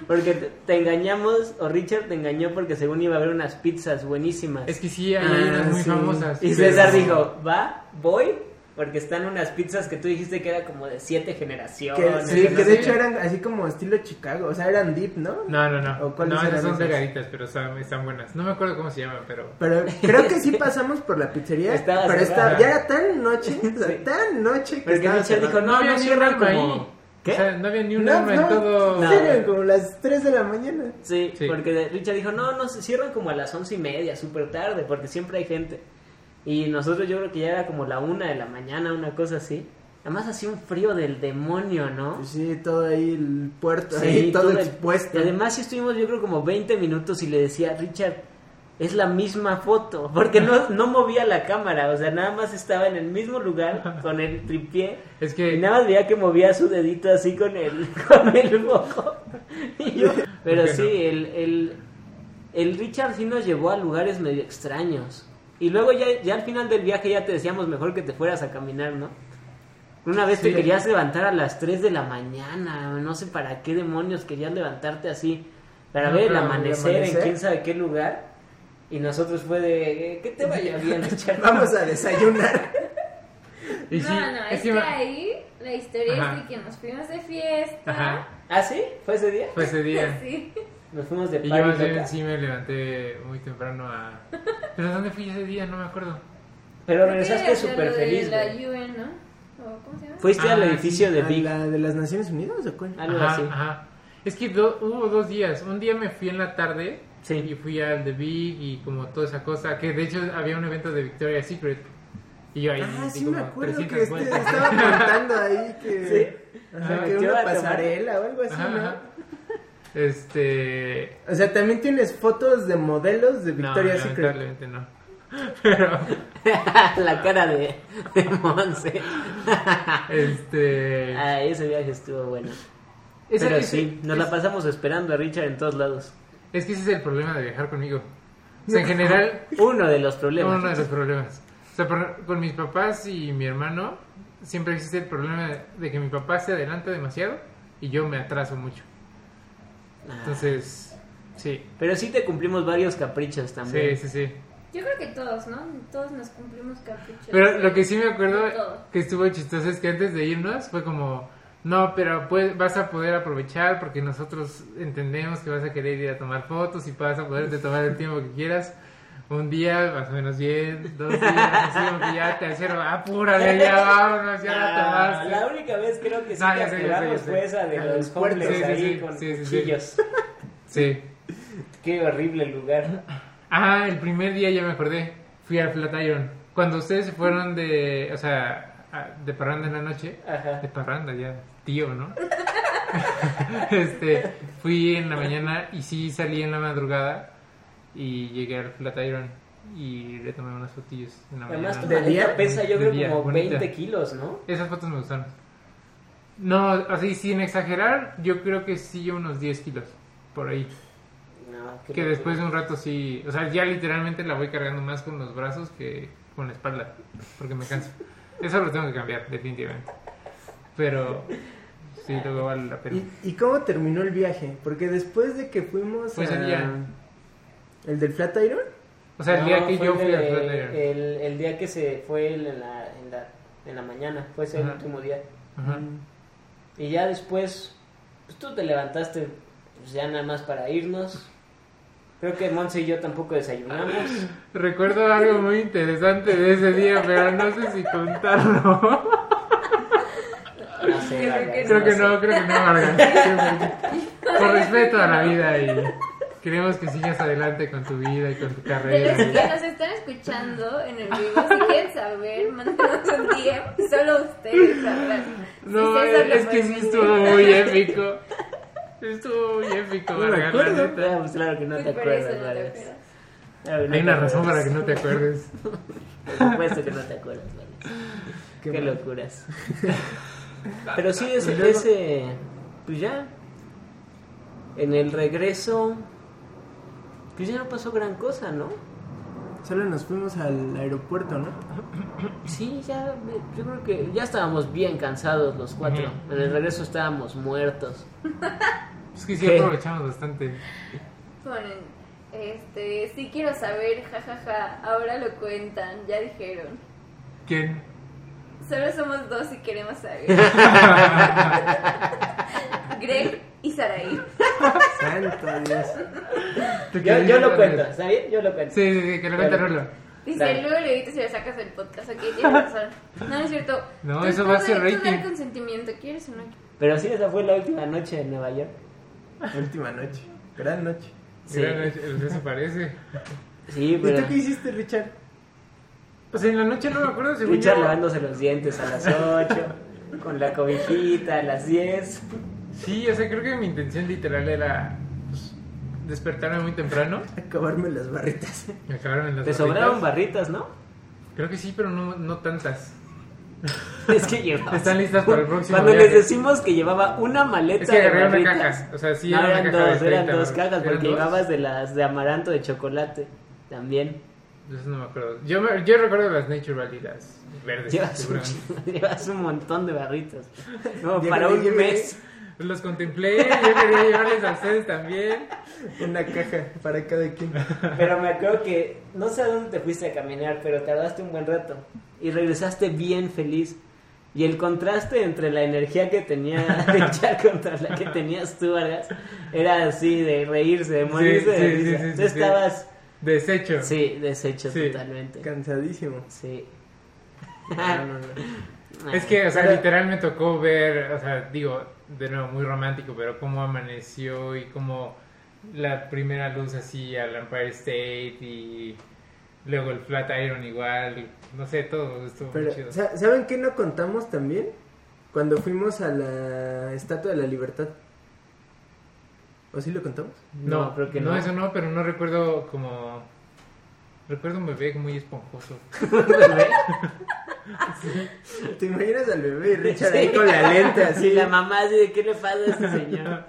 D: Porque te, te engañamos, o Richard te engañó porque según iba a haber unas pizzas buenísimas.
E: Es que sí, hay
C: Ah,
E: unas muy
C: sí.
E: famosas.
D: Y César
E: Pero-
D: dijo, va, voy, porque están unas pizzas que tú dijiste que era como de siete generaciones.
C: Que, sí,
E: no
C: que
E: sé.
C: de hecho eran así como estilo Chicago, o sea, eran deep, ¿no?
E: No, no, no.
C: ¿O cuáles
E: no, esas
C: eran
E: son
C: esas?
E: delgaditas, pero están, están buenas. No me acuerdo cómo se llaman, pero.
C: Pero creo que sí pasamos por la pizzería,
D: Estaba
C: pero
D: cerrada.
C: estaba, ya era tan noche, o sea,
D: Sí.
C: tan noche que
D: Porque
C: estaba
D: Richard dijo,
C: cerrada.
D: no,
E: había
D: no
E: ni un
D: cierran
E: alma ahí.
D: como... ¿Qué?
E: O sea, no había ni un
C: No,
E: alma en
C: no,
E: todo.
D: No.
C: eran como las 3 de la mañana.
D: Sí,
E: Sí.
D: porque Richard dijo, no, no, se cierran como a las once y media, súper tarde, porque siempre hay gente. Y nosotros yo creo que ya era como la una de la mañana, una cosa así. Además hacía un frío del demonio, ¿no?
C: Pues sí, todo ahí el puerto,
D: Sí,
C: ahí todo,
D: todo el-
C: expuesto.
D: Y además sí estuvimos yo creo como 20 minutos y le decía, Richard, es la misma foto, porque no, no movía la cámara, o sea, nada más estaba en el mismo lugar con el tripié.
E: Es
D: Y
E: que
D: nada más veía que movía su dedito así con el, con el ojo. Y yo- pero
E: ¿Por qué
D: sí,
E: no?
D: el, el, el Richard sí nos llevó a lugares medio extraños. Y luego ya, ya al final del viaje ya te decíamos mejor que te fueras a caminar, ¿no? Una vez te
E: Sí.
D: querías levantar a las 3 de la mañana, no sé para qué demonios querías levantarte así, para
E: No,
D: ver el
E: para
D: amanecer, en
C: amanecer.
D: quién sabe qué lugar. Y nosotros fue de, eh, que te vaya bien, Richard.
C: Vamos a desayunar.
E: Y
A: no,
E: sí,
A: no, es que
E: encima-
A: ahí la historia
E: Ajá.
A: es de que nos fuimos de fiesta.
E: Ajá,
D: ¿Ah, sí? ¿Fue ese día?
E: fue ese día.
A: Sí.
D: Nos fuimos de
E: Y yo más
D: party
E: bien
D: loca.
E: sí me levanté muy temprano a... ¿Pero dónde fui ese día? No me acuerdo.
D: Pero regresaste
A: Creo que
D: súper
A: lo
D: feliz,
A: De la
D: güey.
A: UN, ¿no? ¿O ¿Cómo se llama?
D: Fuiste al
E: Ah,
D: edificio de
C: ¿A
D: Big.
C: la de las Naciones Unidas o cuál?
D: Algo
E: ajá,
D: así.
E: ajá. Es que do- hubo dos días. Un día me fui en la tarde
D: Sí.
E: y fui al The Big y como toda esa cosa. Que de hecho había un evento de Victoria's Secret. Y yo ahí
C: Ah,
E: metí
C: sí me
E: como
C: acuerdo que
E: 300
C: este-
E: vueltas.
C: estaba contando ahí que, ajá,
D: Se
C: que
D: metió a
C: una
D: tomar.
C: pasarela o algo así,
E: Ajá,
C: ¿no?
E: ajá. Este...
C: O sea, también tienes fotos de modelos de Victoria's
E: no,
C: Secret.
E: lamentablemente no. Pero,
D: la cara de, de Monse.
E: este...
C: Ah,
D: Ay, ese viaje estuvo bueno.
E: ese-
D: Pero
E: ese-
D: sí, nos la pasamos esperando a Richard en todos lados.
E: Es que ese es el problema de viajar conmigo. O sea, en general...
D: Uno de los
E: No,
D: problemas.
E: Uno de los problemas. O sea, por- con mis papás y mi hermano siempre existe el problema de, de que mi papá se adelanta demasiado y yo me atraso mucho.
D: Ah,
E: Entonces, sí,
D: Pero sí te cumplimos varios caprichos
E: sí,
D: también.
E: sí, sí.
A: Yo creo que todos, ¿no? Todos nos cumplimos caprichos.
E: Pero lo que sí me
A: De todo.
E: acuerdo que estuvo chistoso es que antes de irnos fue como, no, pero pues vas a poder aprovechar porque nosotros entendemos que vas a querer ir a tomar fotos y vas a poderte tomar el tiempo que quieras. Un día, más o menos bien, dos días, así como que ya tercero, apúrale, ya vámonos, ya la
D: Ah,
E: tomaste.
D: la única vez creo que sí
E: No,
D: que
E: ya sé, ya sé, ya
D: aspiramos
E: sé.
D: fue esa de
C: Ah,
D: los
C: el puerto.
D: pueblos
E: Sí, sí,
D: ahí
E: sí,
D: con
E: sí, sí, sí.
D: cuchillos.
E: Sí.
D: Qué horrible lugar.
E: Ah, el primer día ya me acordé. Fui- fui al Flatiron. Cuando ustedes se fueron de, o sea, a- de parranda en la noche,
D: Ajá.
E: de parranda ya, tío, ¿no? este, fui en la mañana y sí salí en la madrugada y llegué al Flatiron y le tomé unas fotillos en la
D: Además, tu
C: ¿De
E: mañana.
D: maleta
C: día?
D: pesa yo
E: Ah, De
D: creo
E: día,
D: como
E: bonita.
D: 20 kilos, ¿no?
E: Esas fotos me gustaron. No, así sin exagerar, yo creo que sí unos 10 kilos por ahí.
D: No, qué
E: Que
D: locura.
E: después de un rato sí, o sea, ya literalmente la voy cargando más con los brazos que con la espalda, porque me canso. Eso lo tengo que cambiar, definitivamente. Pero sí, luego vale la pena.
C: ¿Y, y cómo terminó el viaje? Porque después de que fuimos
E: Pues
C: a-
E: el día.
C: ¿El del Flatiron?
E: O sea, el
D: No,
E: día que
D: fue
E: yo
D: el
E: fui
D: de- eh,
E: al Flatiron.
D: el, el día que se fue en la, en la, en la mañana, fue ese el
E: Ajá.
D: último día.
E: Ajá.
D: Y ya después, pues tú te levantaste, pues ya nada más para irnos. Creo que Monse y yo tampoco desayunamos.
E: Recuerdo algo muy interesante de ese día, pero no sé si contarlo.
D: No sé,
A: Yo creo
D: vaya,
A: que
E: creo que
D: sé.
E: no, creo que no, Vargas. Por respeto a la vida y queremos que sigas adelante con tu vida y con tu
A: De los
E: carrera.
A: que
E: y-
A: nos están escuchando en el vivo, si quieren saber, mándenos un DM. Solo ustedes sabrán.
E: No,
A: Si César
E: es,
A: lo
E: es que sí
A: puede
E: estuvo
A: decir.
E: muy épico. Estuvo muy épico,
D: No me
E: Vargas, la
D: acuerdo.
E: neta.
D: Ah, pues claro que no
A: Pues
D: te
A: por eso no
D: acuerdas,
A: te
D: Vargas.
A: acuerdas.
D: Claro no
E: Hay
D: te
E: una razón para
D: acuerdas.
E: que no te acuerdes.
D: Por supuesto que no te acuerdas, Vargas. Qué,
C: mal.
D: locuras. Pero sí, ese,
C: Y luego-
D: ese. Pues ya. En el regreso. Pues ya no pasó gran cosa, ¿no?
C: Solo nos fuimos al aeropuerto, ¿no?
D: Sí, ya. me- Yo creo que ya estábamos bien cansados los cuatro.
E: Ujú.
D: En el regreso estábamos muertos.
E: Es que sí
D: ¿Qué?
E: aprovechamos bastante.
A: Ponen, este, sí quiero saber, jajaja, ahora lo cuentan, ya dijeron.
E: ¿Quién?
A: Solo somos dos y queremos saber. Greg y Saraí.
C: Santo Dios.
D: Yo, yo lo cuento, ¿está bien? Yo lo cuento.
E: Sí, sí, sí, que lo cuente
D: Dale.
E: Rolo.
A: Dice,
D: Dale.
A: luego le dices si le sacas el podcast, ok, tienes razón. No, no es cierto.
E: No,
A: Tú-
E: eso
A: tú
E: va a
A: da-
E: ser
A: tú da
E: rating.
A: el consentimiento, ¿quieres o no?
D: Pero sí, esa fue la última noche en Nueva York.
C: Última noche. Gran noche.
D: Sí.
E: Mira, el que se parece.
D: Sí,
C: ¿Y
D: pero.
C: tú qué hiciste, Richard?
E: O sea, Pues en la noche no me acuerdo si
D: Richard lavándose los dientes a las 8. Con la cobijita a las 10.
E: Sí, o sea, creo que mi intención literal era pues, despertarme muy temprano
C: Acabarme las barritas.
E: y acabarme en las
D: Te
E: barritas.
D: sobraron barritas, ¿no?
E: Creo que sí, pero no, no tantas.
D: Es que llevaba.
E: Están listas para el próximo
D: Cuando
E: viaje.
D: les decimos que llevaba una maleta
E: Es que
D: de
E: agarré una
D: barritas,
E: caja. O sea, sí,
D: no,
E: era una
D: eran
E: caja de
D: dos, eran
E: 30,
D: dos cajas
E: ¿eran
D: porque
E: dos?
D: llevabas de las de amaranto de chocolate también.
E: Yo eso no me acuerdo. Yo, me- yo recuerdo las Nature Valley, las verdes.
D: Llevas un,
E: seguramente.
D: llevas un montón de barritas. No,
C: Ya
D: para
C: que
D: un
C: lleve
D: mes.
E: Los contemplé, yo quería llevarles a ustedes también.
C: Una caja para cada quien.
D: Pero me acuerdo que no sé a dónde te fuiste a caminar, pero tardaste un buen rato y regresaste bien feliz. Y el contraste entre la energía que tenía Richard contra la que tenías tú, Vargas, era así de reírse, de morirse de
E: sí, sí,
D: risa.
E: sí,
D: tú
E: sí, sí.
D: estabas,
E: Deshecho.
D: sí, deshecho
E: Sí.
D: totalmente.
C: Cansadísimo.
D: Sí.
C: No, no, no.
E: Es que, o sea,
C: Pero-
E: literal me tocó ver, o sea, digo, de nuevo, muy romántico, pero cómo amaneció y cómo la primera luz así al Empire State y luego el Flatiron igual, y no sé, todo estuvo muy
C: Pero,
E: chido.
C: ¿sa- ¿saben qué no contamos también? Cuando fuimos a la Estatua de la Libertad. ¿O sí lo contamos?
E: no,
D: no, creo que
E: no,
D: no.
E: eso no, pero no recuerdo como... Recuerdo un bebé muy esponjoso.
C: ¿Te imaginas al bebé y Richard
D: Sí.
C: ahí con la lente así?
D: Y la mamá así de qué le pasa a este señor.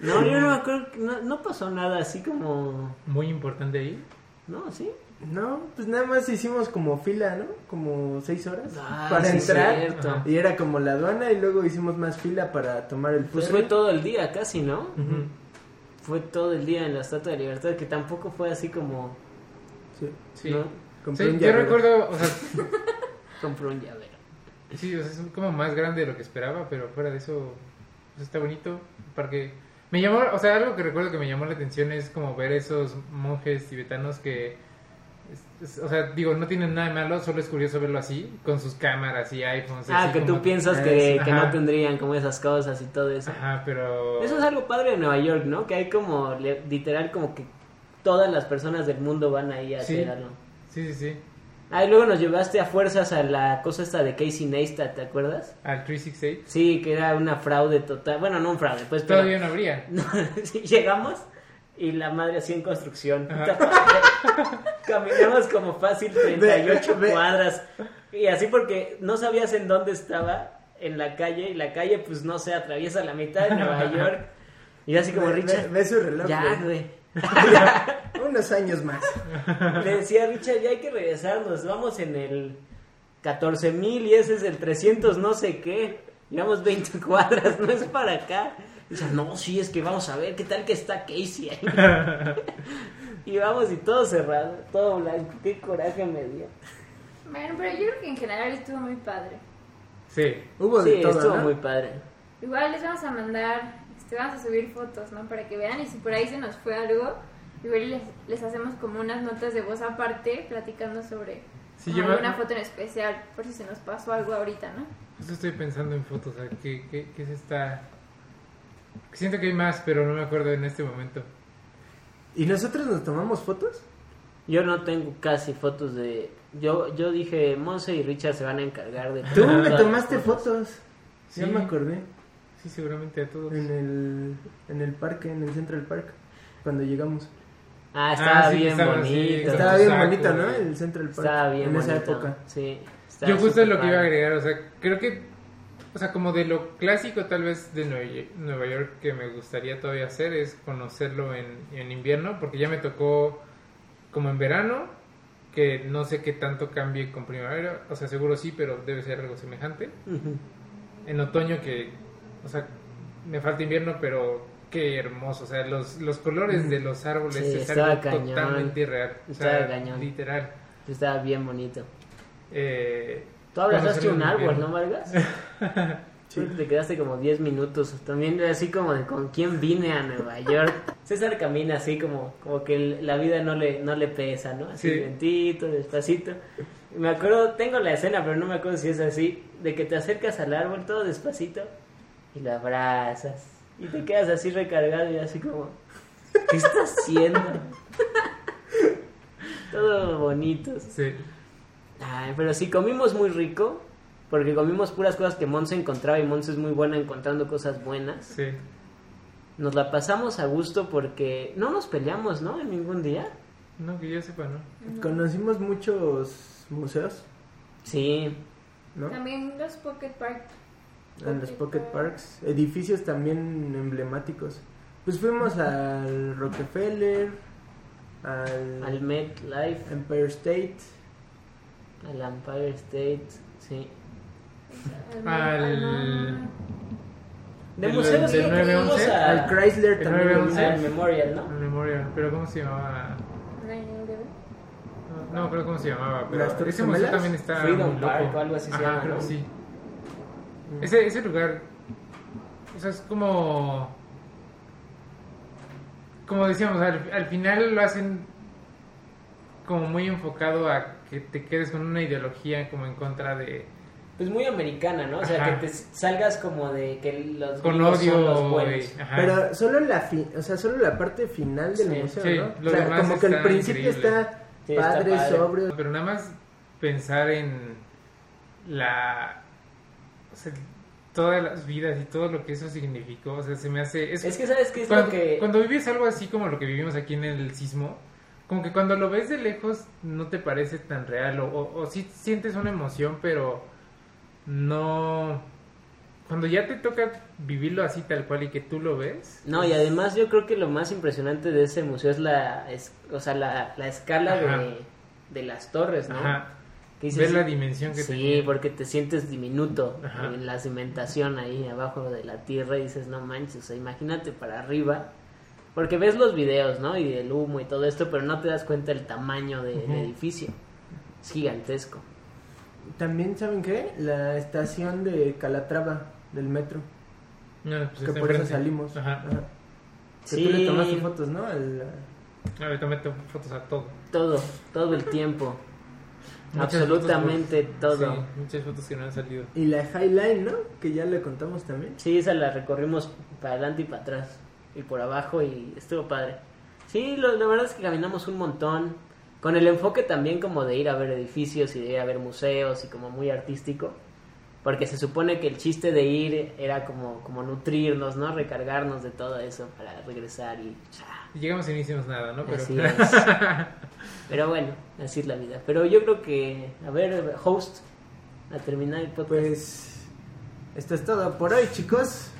D: No, yo no me acuerdo, que- no, no pasó nada así como...
E: Muy importante ahí.
D: No, sí.
C: No, pues nada más hicimos como fila, ¿no? Como seis horas
D: Ah,
C: para
D: sí,
C: entrar.
D: cierto.
E: Ajá.
C: Y era como la aduana y luego hicimos más fila para tomar el
D: Pues fue
C: ferry.
D: todo el día casi, ¿no?
E: Ujú.
D: Fue todo el día en la Estatua de Libertad, que tampoco fue así como...
C: Sí.
E: Sí.
D: ¿no?
C: Compré
E: Sí,
C: un
E: yo
C: llavero.
E: recuerdo, o sea,
D: Compró un llavero.
E: sí, o sea, es como más grande de lo que esperaba, pero fuera de eso, pues, está bonito. Porque me llamó, o sea, algo que recuerdo que me llamó la atención es como ver esos monjes tibetanos que, es- es- o sea, digo, no tienen nada de malo, solo es curioso verlo así, con sus cámaras y iPhones.
D: Ah,
E: así
D: que
E: como-
D: tú piensas
C: Ah,
D: que,
E: sí,
D: que no
E: ajá.
D: tendrían como esas cosas y todo eso.
E: Ajá, pero.
D: Eso es algo padre de Nueva York, ¿no? Que hay como, le- literal, como que todas las personas del mundo van ahí a
E: Sí.
D: hacer algo.
E: Sí, sí, sí.
D: Ah, y luego nos llevaste a fuerzas a la cosa esta de Casey Neistat, ¿te acuerdas?
E: Al 368.
D: Sí, que era una fraude total. Bueno, no un fraude, pues. pero-
E: Todavía no habría.
D: Sí, llegamos y la madre así en construcción.
E: Ajá.
D: Caminamos como fácil 38
C: Ve- ve-
D: cuadras. Y así porque no sabías en dónde estaba en la calle y la calle pues no sé, atraviesa la mitad de Nueva York. Y yo así como
C: Ve- ve-
D: Richard,
C: Ve, su reloj.
D: ya,
C: güey.
D: güey.
C: Unos años más.
D: Le decía Richard, ya hay que regresarnos, vamos en el 14.000 y ese es el 300 no sé qué. Llevamos 20 cuadras, no es para acá. Dice, no, sí, es que vamos a ver, ¿qué tal que está Casey ahí? y vamos y todo cerrado, todo blanco, qué coraje me dio.
A: Bueno, pero yo creo que en general estuvo muy padre.
E: Sí.
C: Hubo
D: Sí,
C: Pues de todo,
D: estuvo
C: ¿no?
D: muy padre.
A: Igual les vamos a mandar, este, vamos a subir fotos, ¿no? Para que vean y si por ahí se nos fue algo, igual les, les hacemos como unas notas de voz aparte platicando sobre
E: Sí,
A: como
E: yo me-
A: alguna foto en especial, por si se nos pasó algo ahorita, ¿no?
E: Justo Pues estoy pensando en fotos. a ver, ¿Qué, qué, qué se está.? Siento que hay más, pero no me acuerdo en este momento.
C: ¿Y nosotros nos tomamos fotos?
D: Yo no tengo casi fotos de... Yo, yo dije, Monse y Richard se van a encargar de...
C: Tú
D: todas
C: me
D: las
C: tomaste fotos.
E: Sí.
C: Ya me acordé.
E: Sí, seguramente a todos.
C: En el, en el parque, en el Central Park. Cuando llegamos.
D: Ah, estaba
E: Ah, sí, que
D: bien
E: estaban así,
D: bonito.
E: Con
C: Estaba
E: los
C: bien
E: sacos,
C: bonito, ¿no?
E: güey.
C: El Central Park.
D: Estaba bien
C: En esa
D: bonito.
C: época.
D: Sí. estaba
E: Yo justo
D: súper
E: es lo que iba a
D: padre.
E: agregar, o sea, creo que, o sea, como de lo clásico tal vez de Nueva Ye- Nueva York que me gustaría todavía hacer es conocerlo en, en invierno, porque ya me tocó como en verano, que no sé qué tanto cambie con primavera, o sea, seguro sí, pero debe ser algo semejante.
D: Ujú.
E: En otoño que, o sea, me falta invierno, pero qué hermoso, o sea, los, los colores de los árboles
D: Sí,
E: es
D: estaba
E: algo
D: cañón.
E: totalmente irreal, o
D: Estaba
E: sea,
D: cañón.
E: literal.
D: Estaba bien bonito.
E: Eh,
D: Tú abrazaste
E: conocerlo
D: un
E: en
D: árbol,
E: invierno.
D: ¿no, Vargas? Sí. Te quedaste como 10 minutos. También era así como de con quién vine a Nueva York. César camina así como, como que el- la vida no le, no le pesa, ¿no? Así
E: Sí.
D: lentito, despacito. Me acuerdo, tengo la escena, pero no me acuerdo si es así, de que te acercas al árbol todo despacito y lo abrazas. Y te quedas así recargado y así como, ¿qué estás haciendo? todo bonito.
E: Sí.
D: Ay, pero sí comimos muy rico, porque comimos puras cosas que Monse encontraba y Monse es muy buena encontrando cosas buenas.
E: Sí.
D: Nos la pasamos a gusto porque no nos peleamos, ¿no? En ningún día.
E: No, que yo sepa, ¿no?
C: Conocimos muchos museos,
D: Sí,
C: ¿no?
A: También los Pocket Park.
C: En los pocket parks. Edificios también emblemáticos. Pues fuimos al Rockefeller, al,
D: al MetLife,
C: Empire State.
D: al Empire State, sí.
A: Al-
E: Al-
A: al-
D: De
E: Del-
D: museos creo
E: del
D: que
E: 911,
D: fuimos a-
C: Al Chrysler
E: el
C: también.
E: 911.
C: fuimos.
D: al Memorial,
E: Al
D: ¿no?
E: Memorial. Pero ¿cómo se llamaba?
A: al-
E: No, creo cómo se llamaba. Pero
C: ¿Las Torres
E: ese museo
C: Gemelas?
E: también está
D: Freedom
E: muy loco.
D: Park o algo así se
E: Ajá,
D: llama,
E: creo
D: ¿no?
E: que sí.
D: eh,
E: Ese, ese lugar, o sea, es como... Como decíamos, al, al final lo hacen como muy enfocado a que te quedes con una ideología como en contra de...
D: Pues muy americana, ¿no? O sea,
E: Ajá.
D: que te salgas como de que los
E: Con
D: gringos
E: odio.
D: son los buenos.
E: y- ajá.
C: Pero solo la, fi- o sea, solo la parte final del
D: Sí,
C: museo,
E: sí,
C: ¿no?
E: lo
C: O sea,
E: demás
C: como que
E: está
C: al principio
E: increíble.
C: está
D: Sí, está
C: padre,
D: padre.
C: sobrio.
E: Pero nada más pensar en la. o sea, todas las vidas y todo lo que eso significó. O sea, se me hace. Es,
D: Es que, ¿sabes qué es
E: cuando,
D: lo que...?
E: cuando vives algo así como lo que vivimos aquí en el sismo, como que cuando lo ves de lejos no te parece tan real. O, o, o sí sientes una emoción, pero no. Cuando ya te toca vivirlo así tal cual y que tú lo ves.
D: No, y además yo creo que lo más impresionante de ese museo es la, es- o sea, la, la escala
E: Ajá.
D: de, de las torres, ¿no?
E: Ajá.
D: Que dices,
E: Ves la dimensión que
D: Sí,
E: tenía.
D: porque te sientes diminuto
E: Ajá.
D: en la cimentación ahí abajo de la tierra y dices, no manches, o sea, imagínate para arriba. Porque ves los videos, ¿no? Y del humo y todo esto, pero no te das cuenta del tamaño del
E: Ujú.
D: edificio. Es gigantesco.
C: También, ¿saben qué? La estación de Calatrava del metro,
E: No, pues
C: que
E: está
C: por eso
E: enfrente.
C: salimos.
E: Ajá.
C: Ajá. Que
D: Sí.
C: tú le tomaste fotos, ¿no? Al-
E: A ver, tomé to- fotos a todo.
D: Todo, todo el tiempo.
E: Muchas
D: Absolutamente
E: fotos,
D: todo.
E: Sí, muchas fotos que no han salido.
C: y la Highline, ¿no? Que ya le contamos también.
D: Sí, esa la recorrimos para adelante y para atrás y por abajo y estuvo padre. Sí, lo- la verdad es que caminamos un montón. Con el enfoque también como de ir a ver edificios y de ir a ver museos y como muy artístico. Porque se supone que el chiste de ir era como, como nutrirnos, ¿no? Recargarnos de todo eso para regresar y... ¡cha!
E: Y Llegamos y no hicimos nada, ¿no? Pero
D: Así es. Pero bueno, así es la vida. Pero yo creo que, a ver, host, a terminar el podcast.
C: Pues esto es todo por hoy, chicos.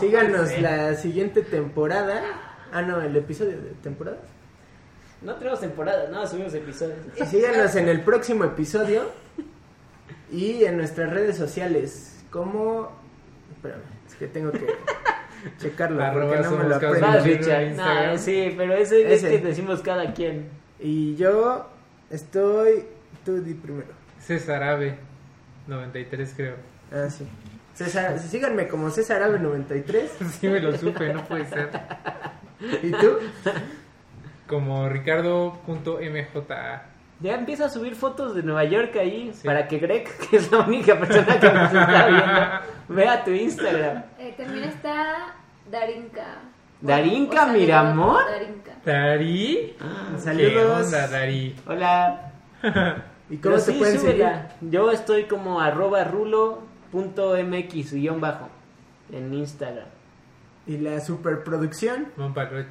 C: Síganos la siguiente temporada. Ah, no, el episodio de temporada.
D: no tenemos temporada, no, subimos episodios.
C: Síganos en el próximo episodio y en nuestras redes sociales. Como. Espérame, es que tengo que checarlo
E: Arroba
C: porque no me
E: somos
C: lo
E: causa
C: aprendo.
D: Vas,
E: Pero-
D: Richard.
E: en Instagram.
D: No, sí, pero ese, es
C: Pues Ese.
D: que decimos cada quien.
C: Y yo estoy. Tú di primero.
E: César Ave, 93 creo.
C: Ah, sí. César, síganme como César Ave 93.
E: Sí me lo supe, no puede ser.
C: ¿Y tú?
E: Como Ricardo.mja.
D: Ya empieza a subir fotos de Nueva York ahí
E: Sí.
D: para que Greg, que es la única persona que nos está viendo, vea tu Instagram.
A: Eh, también está Darinka.
D: ¿Darinka
A: O sea,
D: Miramón?
A: Darinka.
E: ¿Dari? ¿Qué
C: Saludos.
E: onda, Dari?
D: Hola.
C: ¿Y cómo
D: Pero
C: te
D: sí,
C: pueden seguir?
D: súbela. Yo estoy como arroba rulo.mx guión bajo en Instagram.
C: Y la superproducción.
E: Mompaloch.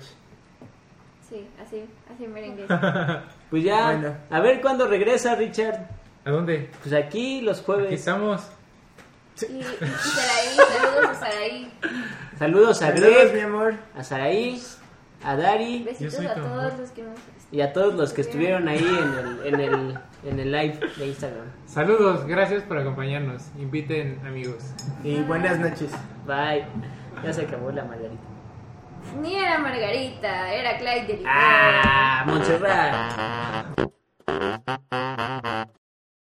A: Sí, así, así merengue.
D: Pues ya,
C: Bueno.
D: a ver cuándo regresa Richard.
E: ¿A dónde?
D: Pues aquí los
E: Aquí
D: jueves.
E: estamos.
A: Y, y Saraí, saludos a Saraí.
D: Saludos a
C: Saludos, mi
D: Greg,
C: amor.
D: a Saraí, a Dari.
A: Besitos
E: soy
A: a
E: tu
A: todos
E: amor.
A: los que nos
D: Y a todos los que estuvieron ahí en el, en el, en el live de Instagram.
E: Saludos, gracias por acompañarnos. Inviten amigos.
C: Y buenas noches.
D: Bye. Ya se acabó la margarita.
A: Ni era Margarita, era Clyde de Limón.
D: Ah, Montserrat.